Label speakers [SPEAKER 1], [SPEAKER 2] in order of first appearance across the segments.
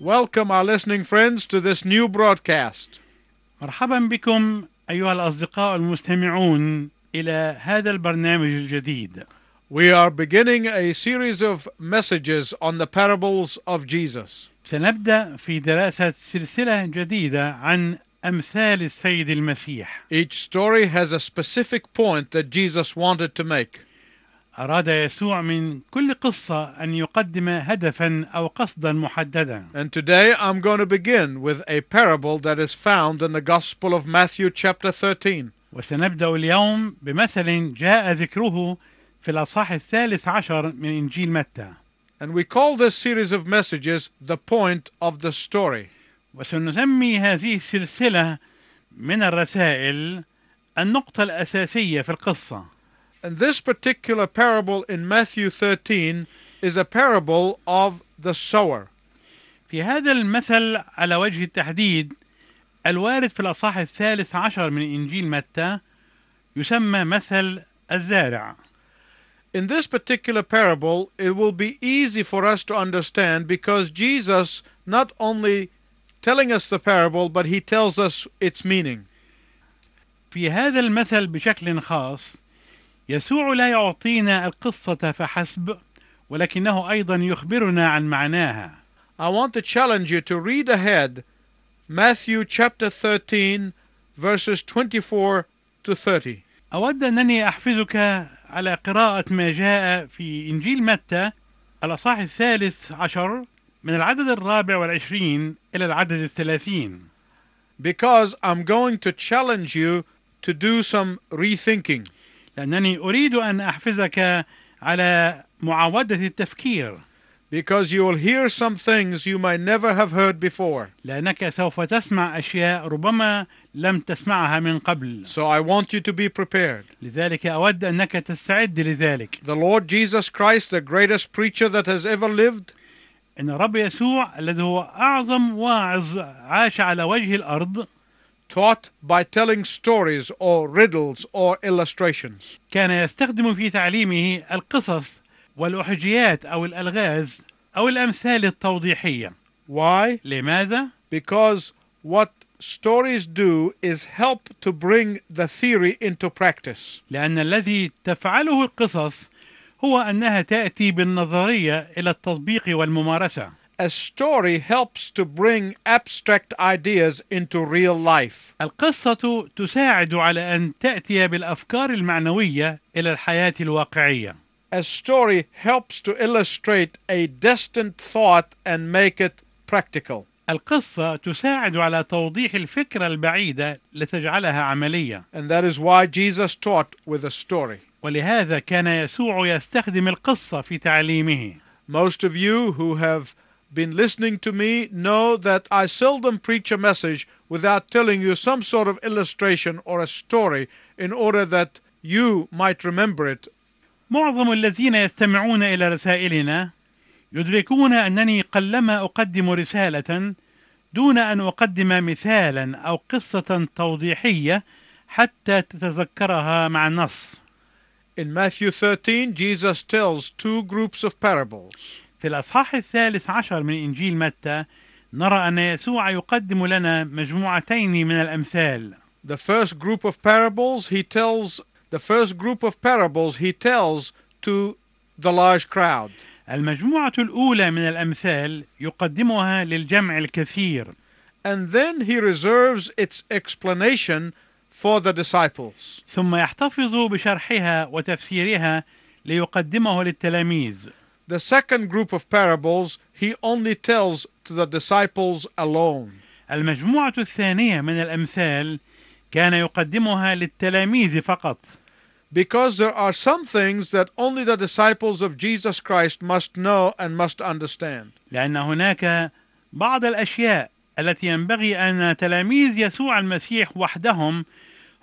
[SPEAKER 1] Welcome, our listening friends, to this new broadcast.
[SPEAKER 2] مرحبا بكم أيها الأصدقاء المستمعون إلى هذا البرنامج الجديد
[SPEAKER 1] We are beginning a series of messages on the parables of Jesus.
[SPEAKER 2] سنبدأ في دراسة سلسلة جديدة عن أمثال السيد المسيح
[SPEAKER 1] Each story has a specific point that Jesus wanted to make.
[SPEAKER 2] أراد يسوع من كل قصة أن يقدم هدفا أو قصدا محددا
[SPEAKER 1] And today I'm going to begin with a parable that is found in the Gospel of Matthew, chapter 13.
[SPEAKER 2] وسنبدأ اليوم بمثل جاء ذكره في الأصحاح الثالث عشر من إنجيل متى
[SPEAKER 1] And we call this series of messages the point of the story.
[SPEAKER 2] وسنسمي هذه السلسلة من الرسائل النقطة الأساسية في القصة
[SPEAKER 1] And this particular parable in Matthew 13 is a parable of the sower.
[SPEAKER 2] في هذا المثل على وجه التحديد الوارد في الأصحاح الثالث عشر من إنجيل متى يسمى مثل الزارع
[SPEAKER 1] In this particular parable, it will be easy for us to understand because Jesus not only telling us the parable, but he tells us its meaning.
[SPEAKER 2] في هذا المثل بشكل خاص يسوع لا يعطينا القصة فحسب ولكنه أيضا يخبرنا عن معناها
[SPEAKER 1] I want to challenge you to read ahead Matthew chapter 13, verses 24 to 30.
[SPEAKER 2] أود أنني أحفزك على قراءة ما جاء في إنجيل متى الأصحاح الثالث عشر من العدد الرابع والعشرين إلى العدد الثلاثين
[SPEAKER 1] Because I'm going to challenge you to do some rethinking.
[SPEAKER 2] لأنني أريد أن أحفزك على معاودة التفكير
[SPEAKER 1] Because you will hear some things you might never have heard before.
[SPEAKER 2] لأنك سوف تسمع أشياء ربما لم تسمعها من قبل
[SPEAKER 1] So I want you to be prepared.
[SPEAKER 2] لذلك أود أنك تستعد لذلك
[SPEAKER 1] The Lord Jesus Christ, the greatest preacher that has ever lived,
[SPEAKER 2] إن الرب يسوع الذي هو أعظم واعظ عاش على وجه الأرض
[SPEAKER 1] taught by telling stories or riddles or illustrations.
[SPEAKER 2] كان يستخدم في تعليمه القصص والأحجيات أو الألغاز أو الأمثال التوضيحية
[SPEAKER 1] Why?
[SPEAKER 2] لماذا؟
[SPEAKER 1] Because what stories do is help to bring the theory into practice.
[SPEAKER 2] لأن الذي تفعله القصص هو أنها تأتي بالنظرية إلى التطبيق والممارسة.
[SPEAKER 1] A story helps to bring abstract ideas into real life.
[SPEAKER 2] القصة تساعد على أن تأتي بالأفكار المعنوية إلى الحياة الواقعية.
[SPEAKER 1] A story helps to illustrate a distant thought and make it practical.
[SPEAKER 2] القصة تساعد على توضيح الفكرة البعيدة لتجعلها عملية،
[SPEAKER 1] And that is why Jesus taught with a story.
[SPEAKER 2] ولهذا كان يسوع يستخدم القصة في تعليمه.
[SPEAKER 1] Most of you who have been listening to me know that I seldom preach a message without telling you some sort of illustration or a story in order that you might remember it.
[SPEAKER 2] معظم الذين يستمعون إلى رسائلنا يدركون أنني قلما أقدم رسالة دون أن أقدم مثالا أو قصة توضيحية حتى تتذكرها مع النص
[SPEAKER 1] In Matthew 13, Jesus tells two groups of parables.
[SPEAKER 2] في الأصحاح الثالث عشر من إنجيل متى نرى أن يسوع يقدم لنا مجموعتين من الأمثال
[SPEAKER 1] The first group of parables he tells the first group of parables he tells to the large crowd.
[SPEAKER 2] المجموعة الأولى من الأمثال يقدمها للجمع الكثير
[SPEAKER 1] And then he reserves its explanation for the disciples.
[SPEAKER 2] ثم يحتفظ بشرحها وتفسيرها ليقدمه للتلاميذ
[SPEAKER 1] The second group of parables he only tells to the disciples alone.
[SPEAKER 2] المجموعة الثانية من الأمثال كان يقدمها للتلاميذ فقط
[SPEAKER 1] Because there are some things that only the disciples of Jesus Christ must know and must understand.
[SPEAKER 2] لأن هناك بعض الأشياء التي ينبغي أن تلاميذ يسوع المسيح وحدهم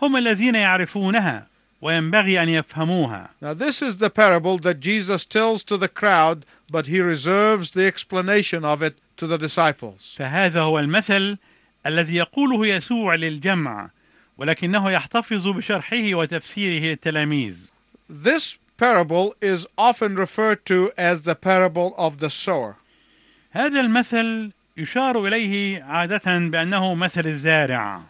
[SPEAKER 2] هم الذين يعرفونها وينبغي أن يفهموها
[SPEAKER 1] Now, this is the parable that Jesus tells to the crowd, but he reserves the explanation of it to the disciples.
[SPEAKER 2] فهذا هو المثل الذي يقوله يسوع للجمع ولكنه يحتفظ بشرحه وتفسيره للتلاميذ
[SPEAKER 1] This parable is often referred to as the parable of the sower.
[SPEAKER 2] هذا المثل يشار إليه عادة بأنه مثل الزارع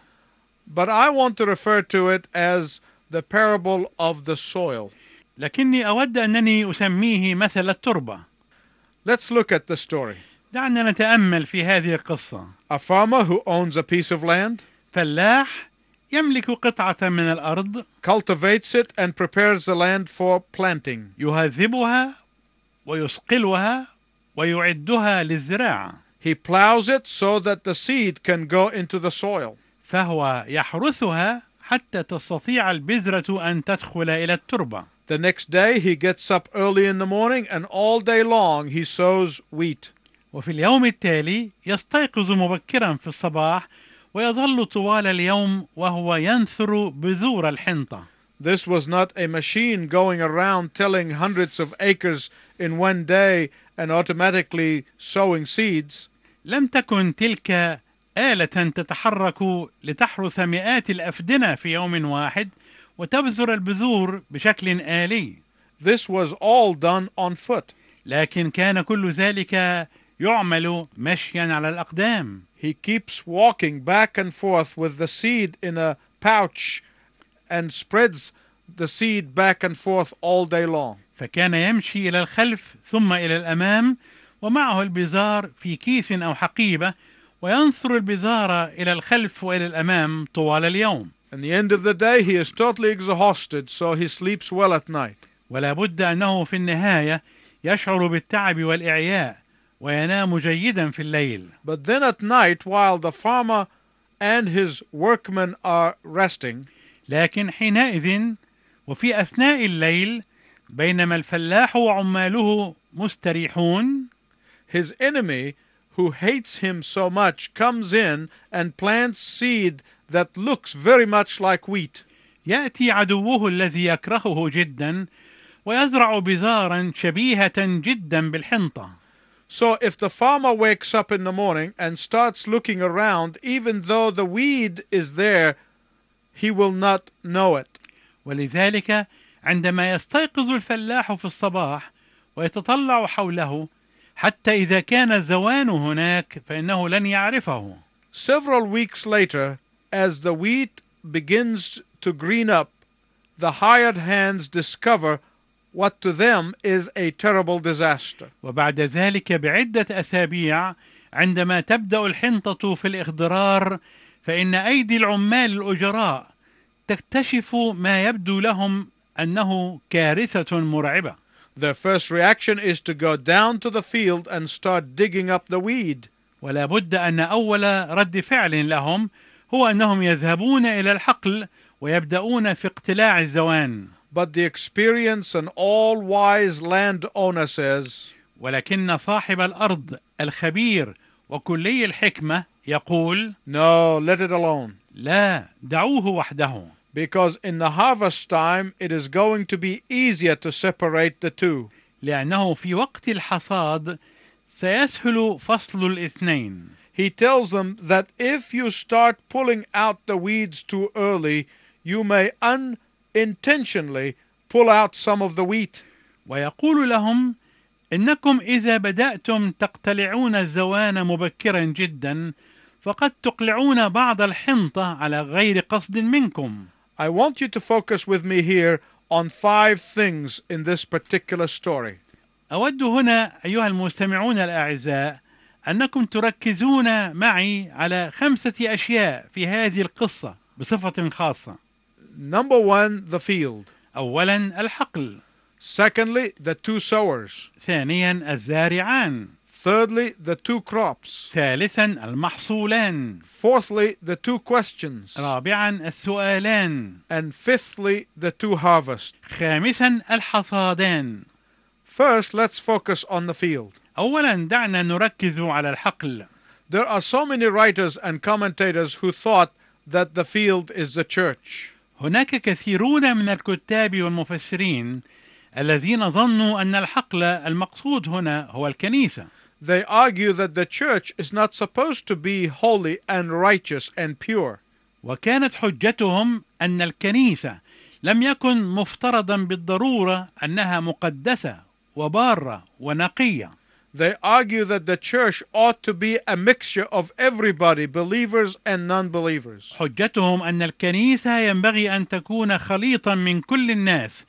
[SPEAKER 1] but I want to refer to it as the parable of the soil.
[SPEAKER 2] لكني أود أنني أسميه مثل التربة
[SPEAKER 1] Let's look at the story.
[SPEAKER 2] دعنا نتأمل في هذه القصة
[SPEAKER 1] A farmer who owns a piece of land
[SPEAKER 2] فلاح يملك قطعة من الأرض
[SPEAKER 1] cultivates it and prepares the land for planting.
[SPEAKER 2] يهذبها ويصقلها ويعدها للزراعة
[SPEAKER 1] He plows it so that the seed can go into the soil.
[SPEAKER 2] فهو يحرثها حتى تستطيع البذرة أن تدخل إلى التربة
[SPEAKER 1] The next day he gets up early in the morning and all day long he sows wheat.
[SPEAKER 2] وفي اليوم التالي يستيقظ مبكرا في الصباح ويظل طوال اليوم وهو ينثر بذور الحنطة
[SPEAKER 1] This was not a machine going around tilling hundreds of acres in one day and automatically sowing seeds.
[SPEAKER 2] لم تكن تلك آلة تتحرك لتحرث مئات الأفدنة في يوم واحد وتبذر البذور بشكل آلي
[SPEAKER 1] This was all done on foot.
[SPEAKER 2] لكن كان كل ذلك يعمل مشيا على الأقدام
[SPEAKER 1] He keeps walking back and forth with the seed in a pouch and spreads the seed back and forth all day long.
[SPEAKER 2] فكان يمشي إلى الخلف ثم إلى الأمام ومعه البزار في كيس أو حقيبة وينثر البزار إلى الخلف وإلى الأمام طوال اليوم
[SPEAKER 1] At the end of the day, he is totally exhausted, so he sleeps well at night.
[SPEAKER 2] ولا بد أنه في النهاية يشعر بالتعب والإعياء وينام جيدا في الليل
[SPEAKER 1] But then at night, while the farmer and his workmen are resting,
[SPEAKER 2] لكن حينئذ وفي أثناء الليل بينما الفلاح وعماله مستريحون
[SPEAKER 1] his enemy, who hates him so much, comes in and plants seed that looks very much like wheat.
[SPEAKER 2] ياتي عدوه الذي يكرهه جدا ويزرع بزارا شبيهه جدا بالحنطه
[SPEAKER 1] So if the farmer wakes up in the morning and starts looking around, even though the weed is there, he will not know it.
[SPEAKER 2] ولذلك عندما يستيقظ الفلاح في الصباح ويتطلع حوله حتى اذا كان الزوان هناك فانه لن يعرفه
[SPEAKER 1] Several weeks later, as the wheat begins to green up, the hired hands discover what to them is a terrible disaster.
[SPEAKER 2] وبعد ذلك بعده اسابيع عندما تبدا الحنطه في الاخضرار فان ايدي العمال الاجراء تكتشف ما يبدو لهم انه كارثه مرعبه
[SPEAKER 1] Their first reaction is to go down to the field and start digging up the weed.
[SPEAKER 2] ولا بد أن أول رد فعل لهم هو أنهم يذهبون إلى الحقل ويبدأون في اقتلاع الزوان
[SPEAKER 1] But the experienced and all wise landowner says,
[SPEAKER 2] ولكن صاحب الأرض الخبير وكلي الحكمة يقول
[SPEAKER 1] No, let it alone.
[SPEAKER 2] لا دعوه وحده
[SPEAKER 1] because in the harvest time it is going to be easier to separate the two.
[SPEAKER 2] لأنه في وقت الحصاد سيسهل فصل الاثنين
[SPEAKER 1] He tells them that if you start pulling out the weeds too early, you may unintentionally pull out some of the wheat.
[SPEAKER 2] ويقول لهم انكم اذا بداتم تقتلعون الزوان مبكرا جدا فقد تقلعون بعض الحنطه على غير قصد منكم
[SPEAKER 1] I want you to focus with me here on five things in this particular story.
[SPEAKER 2] اود هنا ايها المستمعون الاعزاء انكم تركزون معي على خمسه اشياء في هذه القصه بصفه خاصه
[SPEAKER 1] Number one, the field.
[SPEAKER 2] اولا الحقل
[SPEAKER 1] Secondly, the two sowers.
[SPEAKER 2] ثانيا الزارعان
[SPEAKER 1] Thirdly, the two crops.
[SPEAKER 2] ثالثا المحصولان
[SPEAKER 1] Fourthly, the two questions.
[SPEAKER 2] رابعا السؤالان
[SPEAKER 1] And fifthly, the two harvests.
[SPEAKER 2] خامسا الحصادان
[SPEAKER 1] First, let's focus on the field.
[SPEAKER 2] أولا دعنا نركز على الحقل
[SPEAKER 1] There are so many writers and commentators who thought that the field is the church.
[SPEAKER 2] هناك كثيرون من الكتاب والمفسرين الذين ظنوا أن الحقل المقصود هنا هو الكنيسة
[SPEAKER 1] They argue that the church is not supposed to be holy and righteous and pure.
[SPEAKER 2] وكانت حجتهم أن الكنيسة لم يكن مفترضا بالضرورة أنها مقدسة وبارة ونقية
[SPEAKER 1] They argue that the church ought to be a mixture of everybody, believers and non believers.
[SPEAKER 2] حجتهم أن الكنيسة ينبغي أن تكون خليطا من كل الناس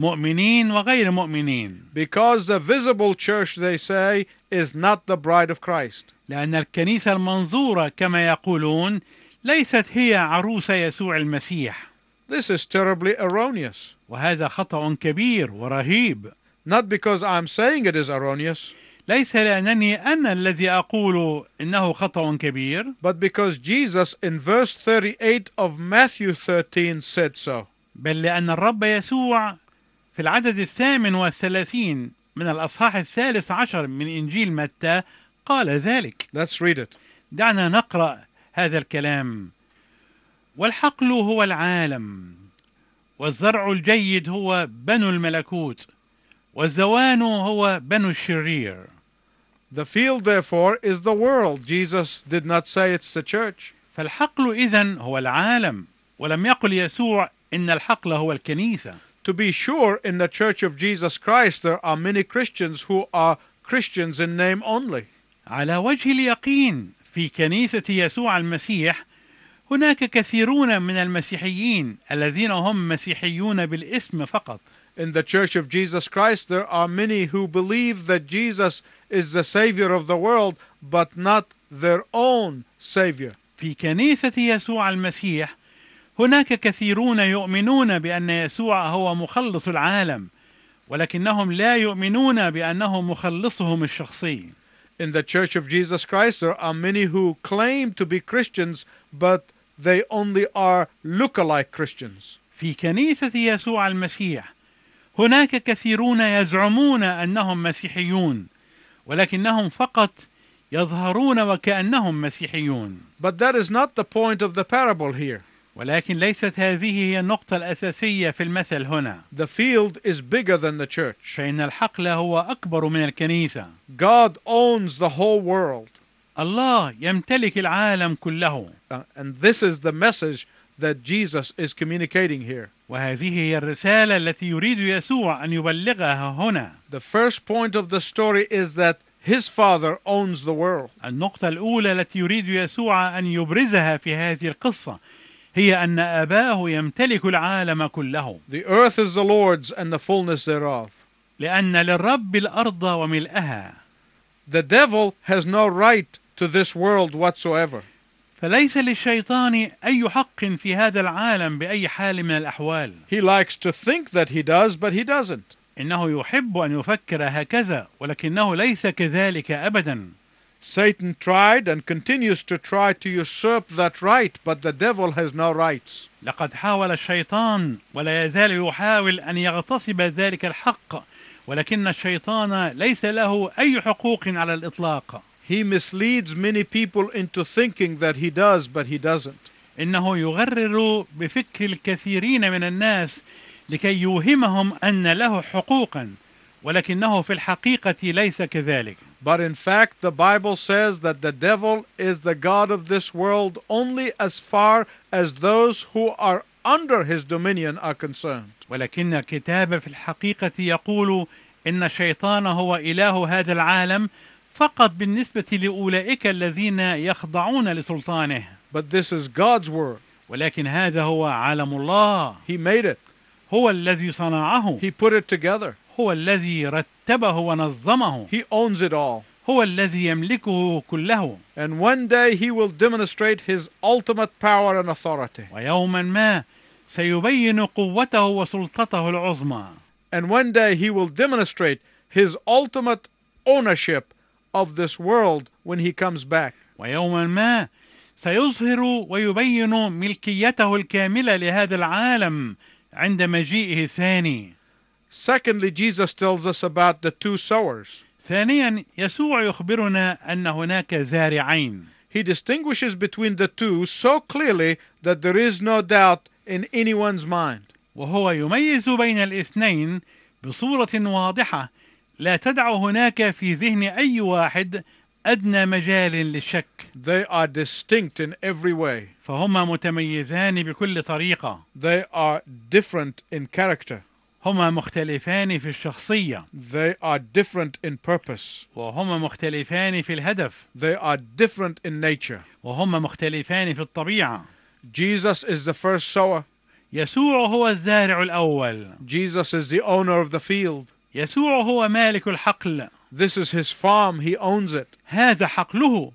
[SPEAKER 2] مؤمنين وغير مؤمنين
[SPEAKER 1] Because the visible church, they say, is not the bride of Christ.
[SPEAKER 2] لأن الكنيسة المنظورة كما يقولون ليست هي عروس يسوع المسيح
[SPEAKER 1] This is terribly erroneous.
[SPEAKER 2] وهذا خطأ كبير ورهيب
[SPEAKER 1] Not because I'm saying it is erroneous,
[SPEAKER 2] ليس لأنني أنا الذي أقول إنه خطأ كبير
[SPEAKER 1] but because Jesus in verse 38 of Matthew 13 said so.
[SPEAKER 2] بل لأن الرب يسوع في العدد الثامن والثلاثين من الأصحاح الثالث عشر من إنجيل متى قال ذلك
[SPEAKER 1] Let's read it.
[SPEAKER 2] دعنا نقرأ هذا الكلام والحقل هو العالم والزرع الجيد هو بنو الملكوت والزوان هو بنو الشرير
[SPEAKER 1] The field, therefore, is the world. Jesus did not say it's the church.
[SPEAKER 2] فالحقل إذا هو العالم ولم يقل يسوع إن الحقل هو الكنيسة
[SPEAKER 1] To be sure, in the church of Jesus Christ, there are many Christians who are Christians in name only.
[SPEAKER 2] على وجه اليقين في كنيسة يسوع المسيح هناك كثيرون من المسيحيين الذين هم مسيحيون بالاسم فقط
[SPEAKER 1] In the church of Jesus Christ, there are many who believe that Jesus is the Savior of the world, but not their own Savior.
[SPEAKER 2] في كنيسة يسوع المسيح هناك كثيرون يؤمنون بأن يسوع هو مخلص العالم ولكنهم لا يؤمنون بأنه مخلصهم الشخصي
[SPEAKER 1] In the church of Jesus Christ, there are many who claim to be Christians, but they only are look-alike Christians.
[SPEAKER 2] في كنيسة يسوع المسيح هناك كثيرون يزعمون أنهم مسيحيون ولكنهم فقط يظهرون وكأنهم مسيحيون
[SPEAKER 1] But that is not the point of the parable here.
[SPEAKER 2] ولكن ليست هذه هي النقطة الأساسية في المثل هنا
[SPEAKER 1] The field is bigger than the church.
[SPEAKER 2] فإن الحقل هو أكبر من الكنيسة
[SPEAKER 1] God owns the whole world.
[SPEAKER 2] الله يمتلك العالم كله
[SPEAKER 1] Uh, and this is the message that Jesus is communicating here.
[SPEAKER 2] وهذه هي الرسالة التي يريد يسوع أن يبلغها هنا
[SPEAKER 1] The first point of the story is that his father owns the world.
[SPEAKER 2] النقطة الأولى التي يريد يسوع أن يبرزها في هذه القصة هي أن أباه يمتلك العالم كله
[SPEAKER 1] The earth is the Lord's and the fullness thereof.
[SPEAKER 2] لأن للرب الأرض وملئها
[SPEAKER 1] The devil has no right to this world whatsoever.
[SPEAKER 2] فليس للشيطان أي حق في هذا العالم بأي حال من الأحوال
[SPEAKER 1] He likes to think that he does, but he doesn't.
[SPEAKER 2] إنه يحب أن يفكر هكذا ولكنه ليس كذلك أبدا
[SPEAKER 1] Satan tried and continues to try to usurp that right, but the devil has no rights.
[SPEAKER 2] لقد حاول الشيطان ولا يزال يحاول أن يغتصب ذلك الحق ولكن الشيطان ليس له أي حقوق على الإطلاق
[SPEAKER 1] He misleads many people into thinking that he does, but he doesn't.
[SPEAKER 2] إنه يغرر بفكر الكثيرين من الناس لكي يوهمهم أن له حقوقا ولكنه في الحقيقة ليس كذلك
[SPEAKER 1] But in fact, the Bible says that the devil is the God of this world only as far as those who are under his dominion are concerned.
[SPEAKER 2] ولكن الكتاب في الحقيقة يقول إن الشيطان هو إله هذا العالم فقط بالنسبة لأولئك الذين يخضعون لسلطانه
[SPEAKER 1] But this is God's word.
[SPEAKER 2] ولكن هذا هو عالم الله
[SPEAKER 1] He made it,
[SPEAKER 2] هو الذي صنعه
[SPEAKER 1] He put it together,
[SPEAKER 2] هو الذي رتبه ونظمه
[SPEAKER 1] He owns it all.
[SPEAKER 2] هو الذي يملكه كله
[SPEAKER 1] And one day he will demonstrate his ultimate power and authority.
[SPEAKER 2] ويوما ما سيبين قوته وسلطته العظمى
[SPEAKER 1] And one day he will demonstrate his ultimate ownership of this world when he comes back.
[SPEAKER 2] ويوما ما سيظهر ويبين ملكيته الكاملة لهذا العالم عند مجيئه الثاني
[SPEAKER 1] Secondly, Jesus tells us about the two sowers.
[SPEAKER 2] ثانيا يسوع يخبرنا أن هناك زارعين
[SPEAKER 1] He distinguishes between the two so clearly that there is no doubt in anyone's mind.
[SPEAKER 2] وهو يميز بين الاثنين بصورة واضحة لا تدع هناك في ذهن أي واحد أدنى مجال للشك
[SPEAKER 1] They are distinct in every way,
[SPEAKER 2] فهما متميزان بكل طريقة
[SPEAKER 1] they are different in character.
[SPEAKER 2] هما مختلفان في الشخصية
[SPEAKER 1] They are different in purpose.
[SPEAKER 2] وهما مختلفان في الهدف
[SPEAKER 1] They are different in nature.
[SPEAKER 2] وهما مختلفان في الطبيعة
[SPEAKER 1] Jesus is the first sower.
[SPEAKER 2] يسوع هو الزارع الأول
[SPEAKER 1] Jesus is the owner of the field.
[SPEAKER 2] يسوع هو مالك الحقل
[SPEAKER 1] This is his farm. He owns it.
[SPEAKER 2] هذا حقله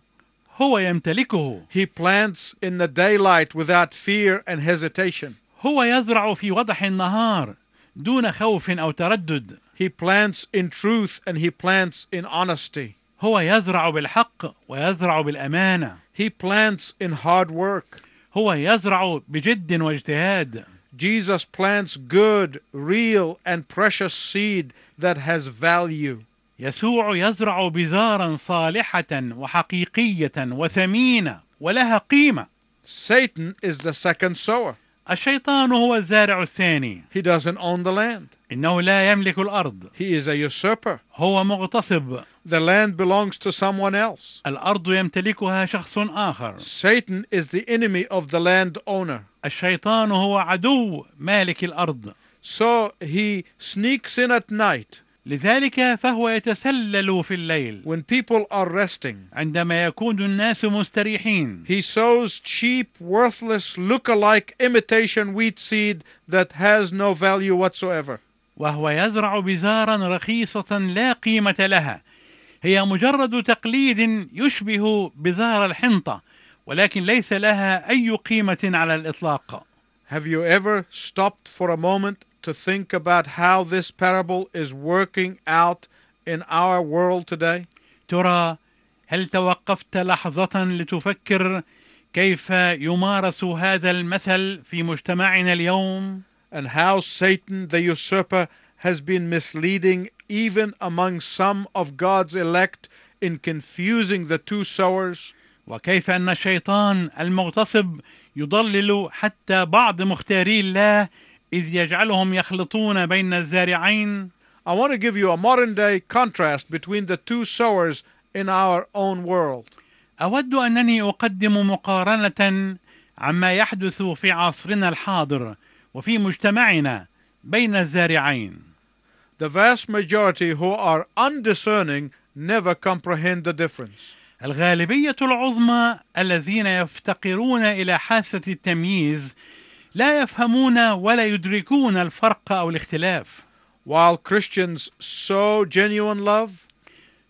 [SPEAKER 2] هو يمتلكه
[SPEAKER 1] He plants in the daylight without fear and hesitation.
[SPEAKER 2] هو يزرع في وضح النهار دون خوف أو تردد
[SPEAKER 1] He plants in truth and he plants in honesty.
[SPEAKER 2] هو يزرع بالحق ويزرع بالأمانة
[SPEAKER 1] He plants in hard work.
[SPEAKER 2] هو يزرع بجد واجتهاد
[SPEAKER 1] Jesus plants good, real, and precious seed that has value.
[SPEAKER 2] يسوع يزرع بزارا صالحة وحقيقية وثمينة ولها قيمة
[SPEAKER 1] Satan is the second sower.
[SPEAKER 2] الشيطان هو الزارع الثاني
[SPEAKER 1] He doesn't own the land,
[SPEAKER 2] إنه لا يملك الأرض
[SPEAKER 1] he is a usurper.
[SPEAKER 2] هو مغتصب
[SPEAKER 1] The land belongs to someone else.
[SPEAKER 2] الأرض يمتلكها شخص آخر
[SPEAKER 1] Satan is the enemy of the landowner.
[SPEAKER 2] الشيطان هو عدو مالك الأرض
[SPEAKER 1] So he sneaks in at night
[SPEAKER 2] لذلك فهو يتسلل في الليل
[SPEAKER 1] when people are resting.
[SPEAKER 2] عندما يكون الناس مستريحين
[SPEAKER 1] He sows cheap, worthless, look-alike imitation wheat seed that has no value whatsoever.
[SPEAKER 2] وهو يزرع بزارا رخيصة لا قيمة لها هي مجرد تقليد يشبه بزار الحنطة ولكن ليس لها أي قيمة على الإطلاق
[SPEAKER 1] Have you ever stopped for a moment to think about how this parable is working out in our world today?
[SPEAKER 2] ترى هل توقفت لحظة لتفكر كيف يمارس هذا المثل في مجتمعنا اليوم؟
[SPEAKER 1] And how Satan, the usurper, has been misleading even among some of God's elect in confusing the two sowers?
[SPEAKER 2] وكيف أن الشيطان المغتصب يضلل حتى بعض مختاري الله إذ يجعلهم يخلطون بين الزارعين
[SPEAKER 1] I want to give you a modern day contrast between the two sowers in our own world.
[SPEAKER 2] أود أنني أقدم مقارنة عما يحدث في عصرنا الحاضر وفي مجتمعنا بين الزارعين
[SPEAKER 1] The vast majority who are undiscerning never comprehend the difference.
[SPEAKER 2] الغالبية العظمى الذين يفتقرون إلى حاسة التمييز لا يفهمون ولا يدركون الفرق أو الاختلاف
[SPEAKER 1] While Christians sow genuine love,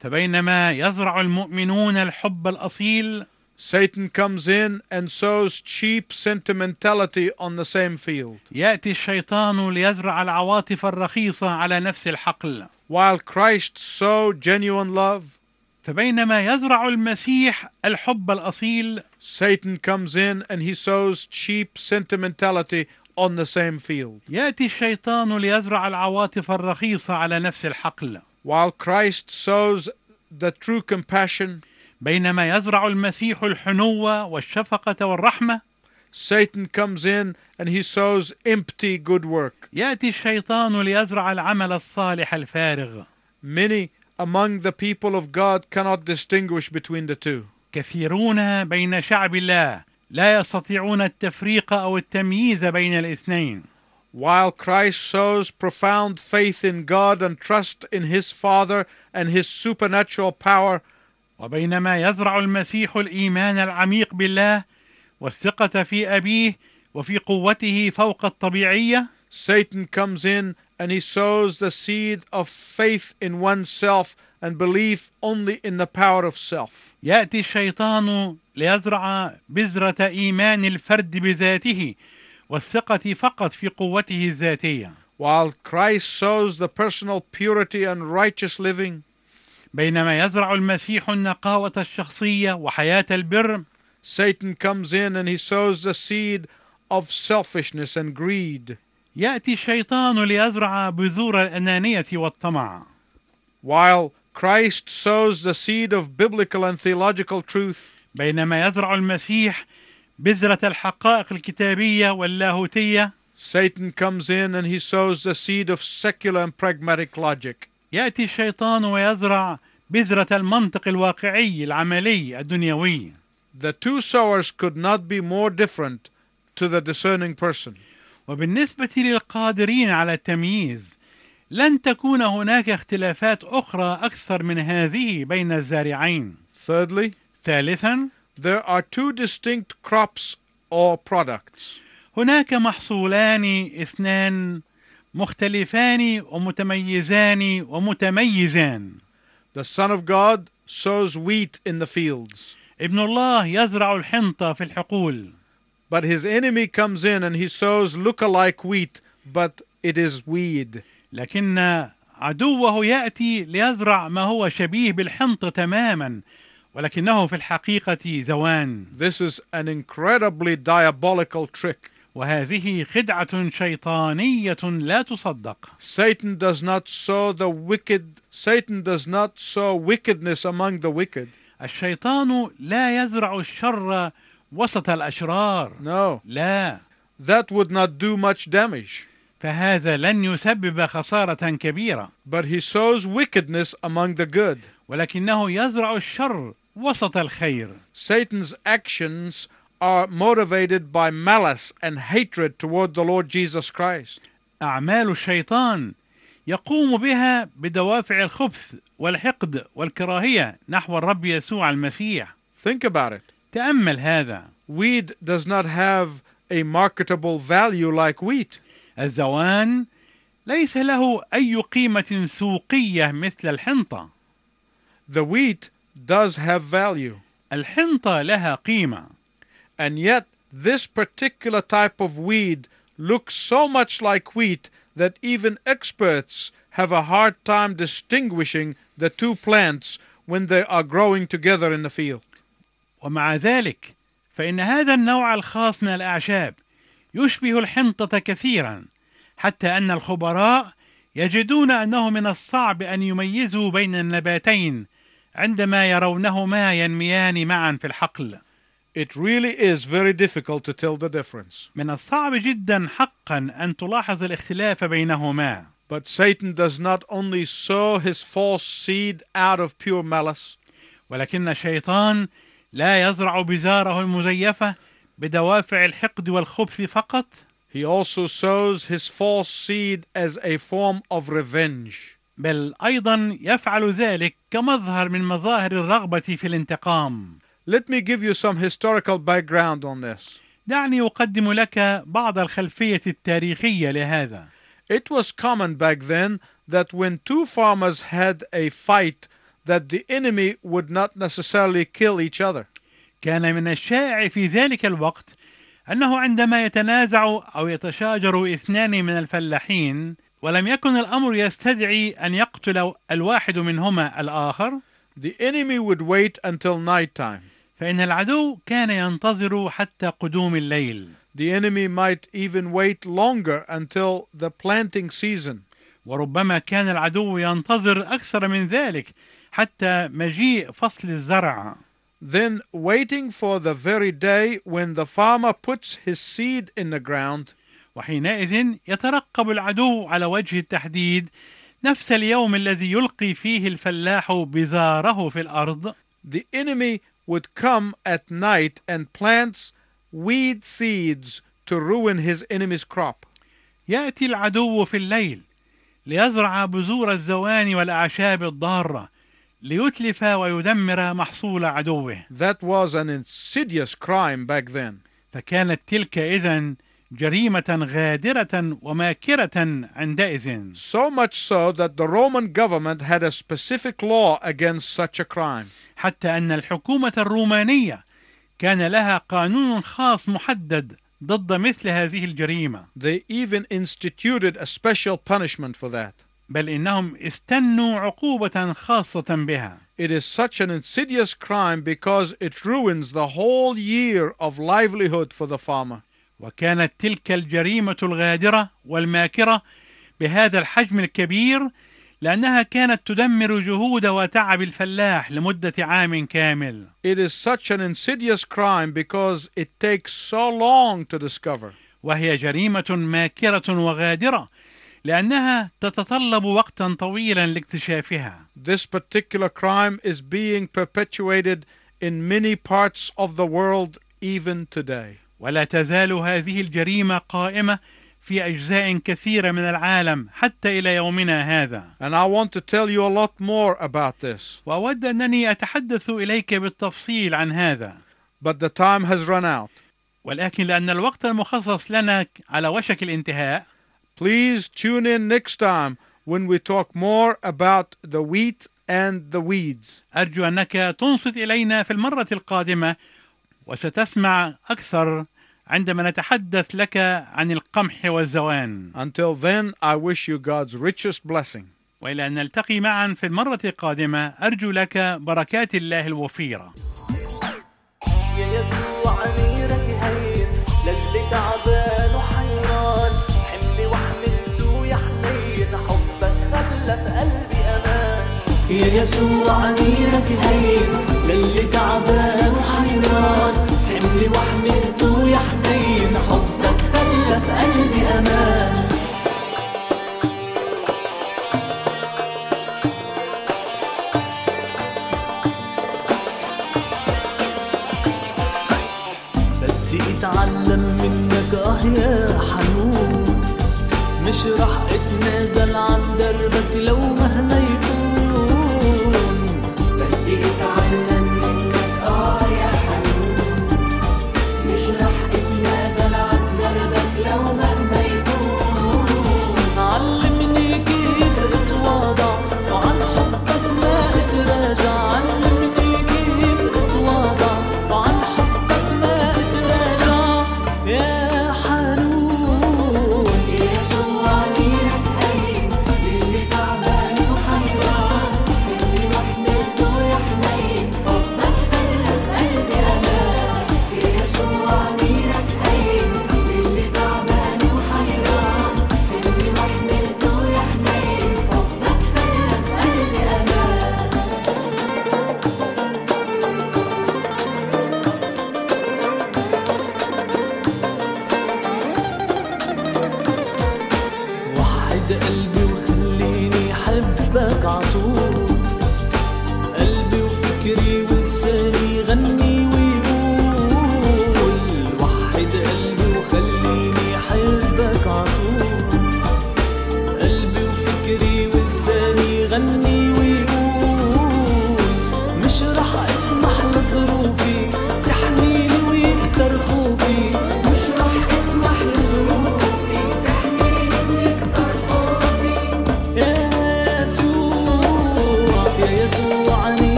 [SPEAKER 2] فبينما يزرع المؤمنون الحب الأصيل
[SPEAKER 1] Satan comes in and sows cheap sentimentality on the same field.
[SPEAKER 2] يأتي الشيطان ليزرع العواطف الرخيصة على نفس الحقل
[SPEAKER 1] While Christ sowed genuine love,
[SPEAKER 2] فبينما يزرع المسيح الحب الأصيل
[SPEAKER 1] Satan comes in and he sows cheap sentimentality on the same field.
[SPEAKER 2] يأتي الشيطان ليزرع العواطف الرخيصة على نفس الحقل
[SPEAKER 1] While Christ sows the true compassion,
[SPEAKER 2] بينما يزرع المسيح الحنوة والشفقة والرحمة
[SPEAKER 1] Satan comes in and he sows empty good work.
[SPEAKER 2] يأتي الشيطان ليزرع العمل الصالح الفارغ
[SPEAKER 1] Many among the people of God cannot distinguish between the two.
[SPEAKER 2] كثيرون بين شعب الله لا يستطيعون التفريق أو التمييز بين الاثنين
[SPEAKER 1] While Christ sows profound faith in God and trust in his Father and his supernatural power,
[SPEAKER 2] وبينما يزرع المسيح الايمان العميق بالله والثقه في ابيه وفي قوته فوق الطبيعيه
[SPEAKER 1] Satan comes in and he sows the seed of faith in oneself and belief only in the power of self.
[SPEAKER 2] ياتي الشيطان ليزرع بذره ايمان الفرد بذاته والثقه فقط في قوته الذاتيه
[SPEAKER 1] While Christ sows the personal purity and righteous living,
[SPEAKER 2] بينما يزرع المسيح النقاوه الشخصيه وحياه البر
[SPEAKER 1] Satan comes in and he sows the seed of selfishness and greed.
[SPEAKER 2] ياتي الشيطان ليزرع بذور الانانيه والطمع
[SPEAKER 1] While Christ sows the seed of biblical and theological truth,
[SPEAKER 2] بينما يزرع المسيح بذره الحقائق الكتابيه واللاهوتيه
[SPEAKER 1] Satan comes in and he sows the seed of secular and pragmatic logic.
[SPEAKER 2] يأتي الشيطان ويزرع بذرة المنطق الواقعي العملي الدنيوي
[SPEAKER 1] The two sowers could not be more different to the discerning person.
[SPEAKER 2] وبالنسبة للقادرين على التمييز لن تكون هناك اختلافات أخرى أكثر من هذه بين الزارعين.
[SPEAKER 1] Thirdly,
[SPEAKER 2] ثالثا
[SPEAKER 1] there are two distinct crops or products.
[SPEAKER 2] هناك محصولان اثنان مختلفان ومتميزان ومتميزان.
[SPEAKER 1] The Son of God sows wheat in the fields,
[SPEAKER 2] ابن الله يزرع الحنطة في الحقول
[SPEAKER 1] but his enemy comes in and he sows look-alike wheat, but it is weed.
[SPEAKER 2] لكن عدوه يأتي ليزرع ما هو شبيه بالحنطة تماما ولكنه في الحقيقة زوان
[SPEAKER 1] This is an incredibly diabolical trick.
[SPEAKER 2] وهذه خدعة شيطانية لا تصدق
[SPEAKER 1] Satan does not sow the wicked. Satan does not sow wickedness among the wicked.
[SPEAKER 2] الشيطان لا يزرع الشر وسط الأشرار
[SPEAKER 1] No,
[SPEAKER 2] لا
[SPEAKER 1] that would not do much damage.
[SPEAKER 2] فهذا لن يسبب خسارة كبيرة
[SPEAKER 1] But he sows wickedness among the good.
[SPEAKER 2] ولكنه يزرع الشر وسط الخير
[SPEAKER 1] Satan's actions are motivated by malice and hatred toward the Lord Jesus Christ.
[SPEAKER 2] أعمال الشيطان يقوم بها بدوافع الخبث والحقد والكراهية نحو الرب يسوع المسيح
[SPEAKER 1] Think about it.
[SPEAKER 2] تأمل هذا
[SPEAKER 1] Weed does not have a marketable value like wheat.
[SPEAKER 2] الزوان ليس له أي قيمة سوقية مثل الحنطة
[SPEAKER 1] The wheat does have value.
[SPEAKER 2] الحنطة لها قيمة
[SPEAKER 1] And yet, this particular type of weed looks so much like wheat that even experts have a hard time distinguishing the two plants when they are growing together in the field.
[SPEAKER 2] ومع ذلك فإن هذا النوع الخاص من الأعشاب يشبه الحنطة كثيرا حتى أن الخبراء يجدون أنه من الصعب أن يميزوا بين النباتين عندما يرونهما ينميان معا في الحقل
[SPEAKER 1] It really is very difficult to tell the difference.
[SPEAKER 2] من الصعب جدا حقا أن تلاحظ الاختلاف بينهما
[SPEAKER 1] But Satan does not only sow his false seed out of pure malice,
[SPEAKER 2] ولكن الشيطان لا يزرع بزاره المزيفة بدوافع الحقد والخبث فقط
[SPEAKER 1] he also sows his false seed as a form of revenge.
[SPEAKER 2] بل أيضا يفعل ذلك كمظهر من مظاهر الرغبة في الانتقام.
[SPEAKER 1] Let me give you some historical background on this.
[SPEAKER 2] دعني أقدم لك بعض الخلفية التاريخية لهذا.
[SPEAKER 1] It was common back then that when two farmers had a fight that the enemy would not necessarily kill each other.
[SPEAKER 2] كان من الشائع في ذلك الوقت أنه عندما يتنازع أو يتشاجر اثنان من الفلاحين ولم يكن الأمر يستدعي أن يقتل الواحد منهما الآخر
[SPEAKER 1] The enemy would wait until nighttime.
[SPEAKER 2] فإن العدو كان ينتظر حتى قدوم الليل.
[SPEAKER 1] The enemy might even wait longer until the planting season.
[SPEAKER 2] وربما كان العدو ينتظر أكثر من ذلك حتى مجيء فصل الزرع
[SPEAKER 1] Then waiting for the very day when the farmer puts his seed in the ground,
[SPEAKER 2] وحينئذ يترقب العدو على وجه التحديد نفس اليوم الذي يلقي فيه الفلاح بذاره في الأرض
[SPEAKER 1] the enemy would come at night and plants weed seeds to ruin his enemy's crop.
[SPEAKER 2] يأتي العدو في الليل ليزرع بذور الزوان والأعشاب الضارة ليتلف ويدمر محصول عدوه
[SPEAKER 1] That was an insidious crime back then.
[SPEAKER 2] فكانت تلك إذن جريمة غادرة وماكرة عندئذ
[SPEAKER 1] So much so that the Roman government had a specific law against such a crime.
[SPEAKER 2] حتى أن الحكومة الرومانية كان لها قانون خاص محدد ضد مثل هذه الجريمة
[SPEAKER 1] They even instituted a special punishment for that.
[SPEAKER 2] بل إنهم استنوا عقوبة خاصة بها
[SPEAKER 1] It is such an insidious crime because it ruins the whole year of livelihood for the farmer.
[SPEAKER 2] وكانت تلك الجريمة الغادرة والماكرة بهذا الحجم الكبير لأنها كانت تدمر جهود وتعب الفلاح لمدة عام كامل
[SPEAKER 1] It is such an insidious crime because it takes so long to discover.
[SPEAKER 2] وهي جريمة ماكرة وغادرة لأنها تتطلب وقتا طويلا لاكتشافها
[SPEAKER 1] This particular crime is being perpetuated in many parts of the world even today.
[SPEAKER 2] ولا تزال هذه الجريمة قائمة في أجزاء كثيرة من العالم حتى إلى يومنا هذا
[SPEAKER 1] And I want to tell you a lot more about this,
[SPEAKER 2] وأود أنني أتحدث إليك بالتفصيل عن هذا
[SPEAKER 1] but the time has run out.
[SPEAKER 2] ولكن لأن الوقت المخصص لنا على وشك الانتهاء
[SPEAKER 1] Please tune in next time when we talk more about the wheat and the weeds.
[SPEAKER 2] أرجو أنك تنصت إلينا في المرة القادمة وستسمع أكثر عندما نتحدث لك عن القمح والزوان
[SPEAKER 1] Until then, I wish you God's richest blessing.
[SPEAKER 2] وإلى أن نلتقي معا في المرة القادمة أرجو لك بركات الله الوفيرة
[SPEAKER 3] يا يسوع أميرك هين للي تعبان وحيران حملي واحملته يا حنين حبك خلى في قلبي أمان يا يسوع أميرك هين للي تعبان وحيران حملي واحملته يا حنين حبك خلى في قلبي أمان بدي اتعلم منك اه يا حنون مش راح اتنازل عن دربك لو مهما يكون آه